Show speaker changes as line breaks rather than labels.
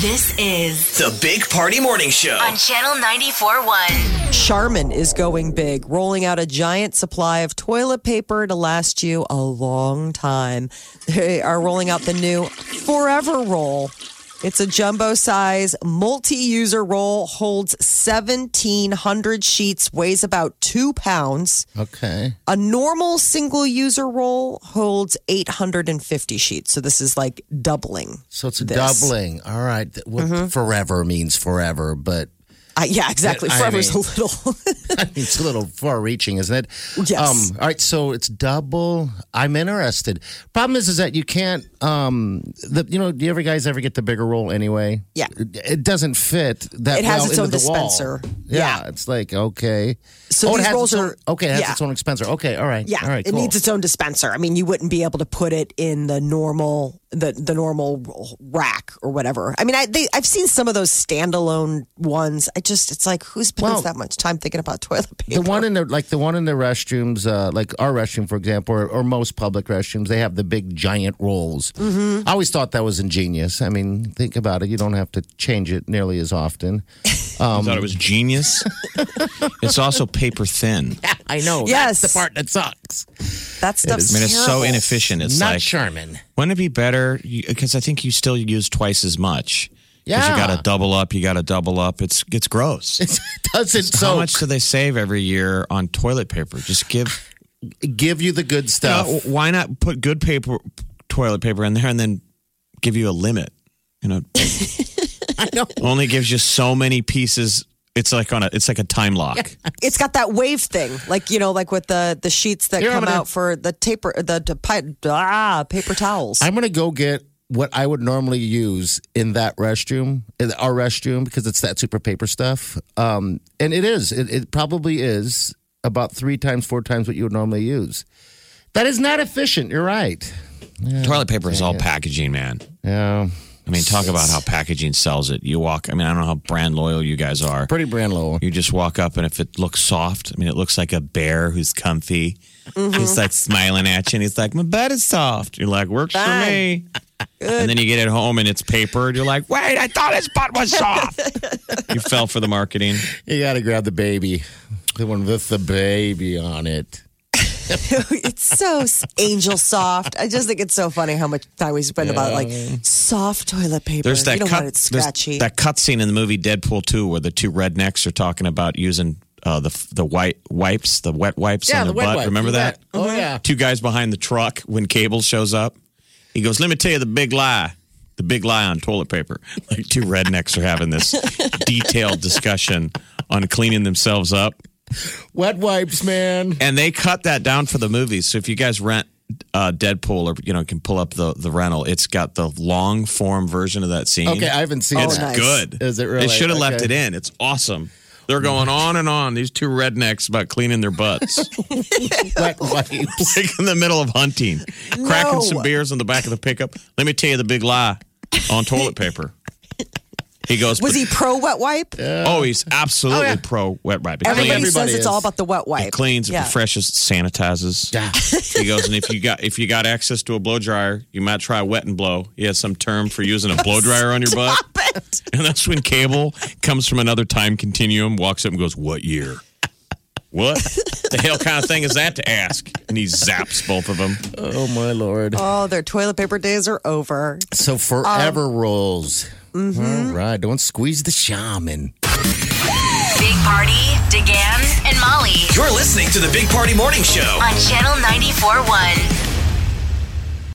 This is
The Big Party Morning Show.
on Channel 94.1.
Charmin is going big, rolling out a giant supply of toilet paper to last you a long time. They are rolling out the new Forever Roll. It's a jumbo size multi user roll, holds 1,700 sheets, weighs about two pounds.
Okay.
A normal single user roll holds 850 sheets. So this is like doubling.
So it's a
this. Mm-hmm.
doubling. All right. Th- Well, Forever means forever, but
Uh, yeah, exactly.
I
Forever's
mean-
a little.
it's a little far reaching, isn't it? Um,
Yes.
all right. So it's double. I'm interested. Problem is, is that you can't, um, the, you know, do you ever guys ever get the bigger roll anyway?
Yeah.
It, it doesn't fit that
It has
well
its own
into the wall.
dispenser.
Yeah,
Yeah.
It's like, okay.
So
oh, it
these
has
rolls
its own,
are-
okay. It has
yeah.
its own dispenser. Okay. All right.
Yeah,
All right.
it
cool.
needs its own dispenser. I mean, you wouldn't be able to put it in the normal the the normal rack or whatever. I mean, I they, I've seen some of those standalone ones. I just it's like who spends
Well,
that much time thinking about toilet paper?
The one in the like the one in the restrooms, uh, like our restroom, for example, or, or most public restrooms, they have the big giant rolls. Mm-hmm. I always thought that was ingenious. I mean, think about it; you don't have to change it nearly as often.
I thought it was genius. it's also paper thin.
I know.
that's Yes. the
the
part
part that sucks.
that stuff's
I mean, it's so
terrible.
inefficient. It's
Not
like,
Charmin.
wouldn't it be better? Because I think you still use twice as much. 'Cause you
Yeah.
got to double up. You got to double up. It's it's gross.
It doesn't
How
soak.
much do they save every year on toilet paper? Just give.
give you the good stuff.
You know, why not put good paper toilet paper in there and then give you a limit? You know,
I know.
only gives you so many pieces. It's like on a. It's like a time lock.
It's got that wave thing, like you know, like with the the sheets that
Here, I'm
come
gonna-
out for the taper the, the pi, ah, paper towels.
I'm gonna go get what I would normally use in that restroom, in our restroom, because it's that super paper stuff. Um, and it is, it, it probably is about three times, four times what you would normally use. That is not efficient. You're right.
toilet paper is all packaging, man.
Yeah,
I mean, talk about how packaging sells it. You walk. I mean, I don't know how brand loyal you guys are.
pretty brand low.
You just walk up, and if it looks soft, I mean, it looks like a bear who's comfy. He's like smiling at you, and he's like, "My bed is soft." You're like, "Works for me." And then you get it home, and it's paper, and you're like, "Wait, I thought his butt was soft." you fell for the marketing.
You gotta grab the baby, the one with the baby on it.
it's so s- angel soft. I just think it's so funny how much time we spend about like soft toilet paper.
There's that
you know
cut.
when it's
there's
scratchy.
That cut scene in the movie Deadpool 2 where the two rednecks are talking about using uh, the the white wipes, the wet wipes on their butt. Remember that?
Oh yeah.
Two guys behind the truck when Cable shows up. He goes, "Let me tell you the big lie." The big lie on toilet paper. Like two rednecks are having this detailed discussion on cleaning themselves up.
Wet wipes, man.
And they cut that down for the movie. So if you guys rent uh, Deadpool or you know can pull up the the rental, it's got the long form version of that scene.
Okay, I haven't seen
Oh,
that.
nice.
Good.
Is it really?
They should have left it
Okay.
in. It's awesome. They're going on and on. These two rednecks about cleaning their butts,
Wet wipes.
like in the middle of hunting, cracking
No.
some beers on the back of the pickup. Let me tell you the big lie on toilet paper. He goes,
Was he pro wet wipe?
"Oh, he's absolutely pro wet wipe. It
Everybody,
cleans,
says
Everybody
it's
is.
all about the wet wipe.
it cleans, it
Yeah.
refreshes, sanitizes."
Yeah.
He goes, and if you got if you got access to a blow dryer, you might try wet and blow. He has some term for using a blow dryer on your butt.
But
And that's when Cable comes from another time continuum, walks up and goes, What year? What the hell kind of thing is that to ask? And he zaps both of them.
Oh my lord.
oh, their toilet paper days are over.
So forever rolls. All right, don't squeeze the shaman.
Big Party, DeGan, and Molly
You're listening to The Big Party Morning Show.
on Channel 94.1.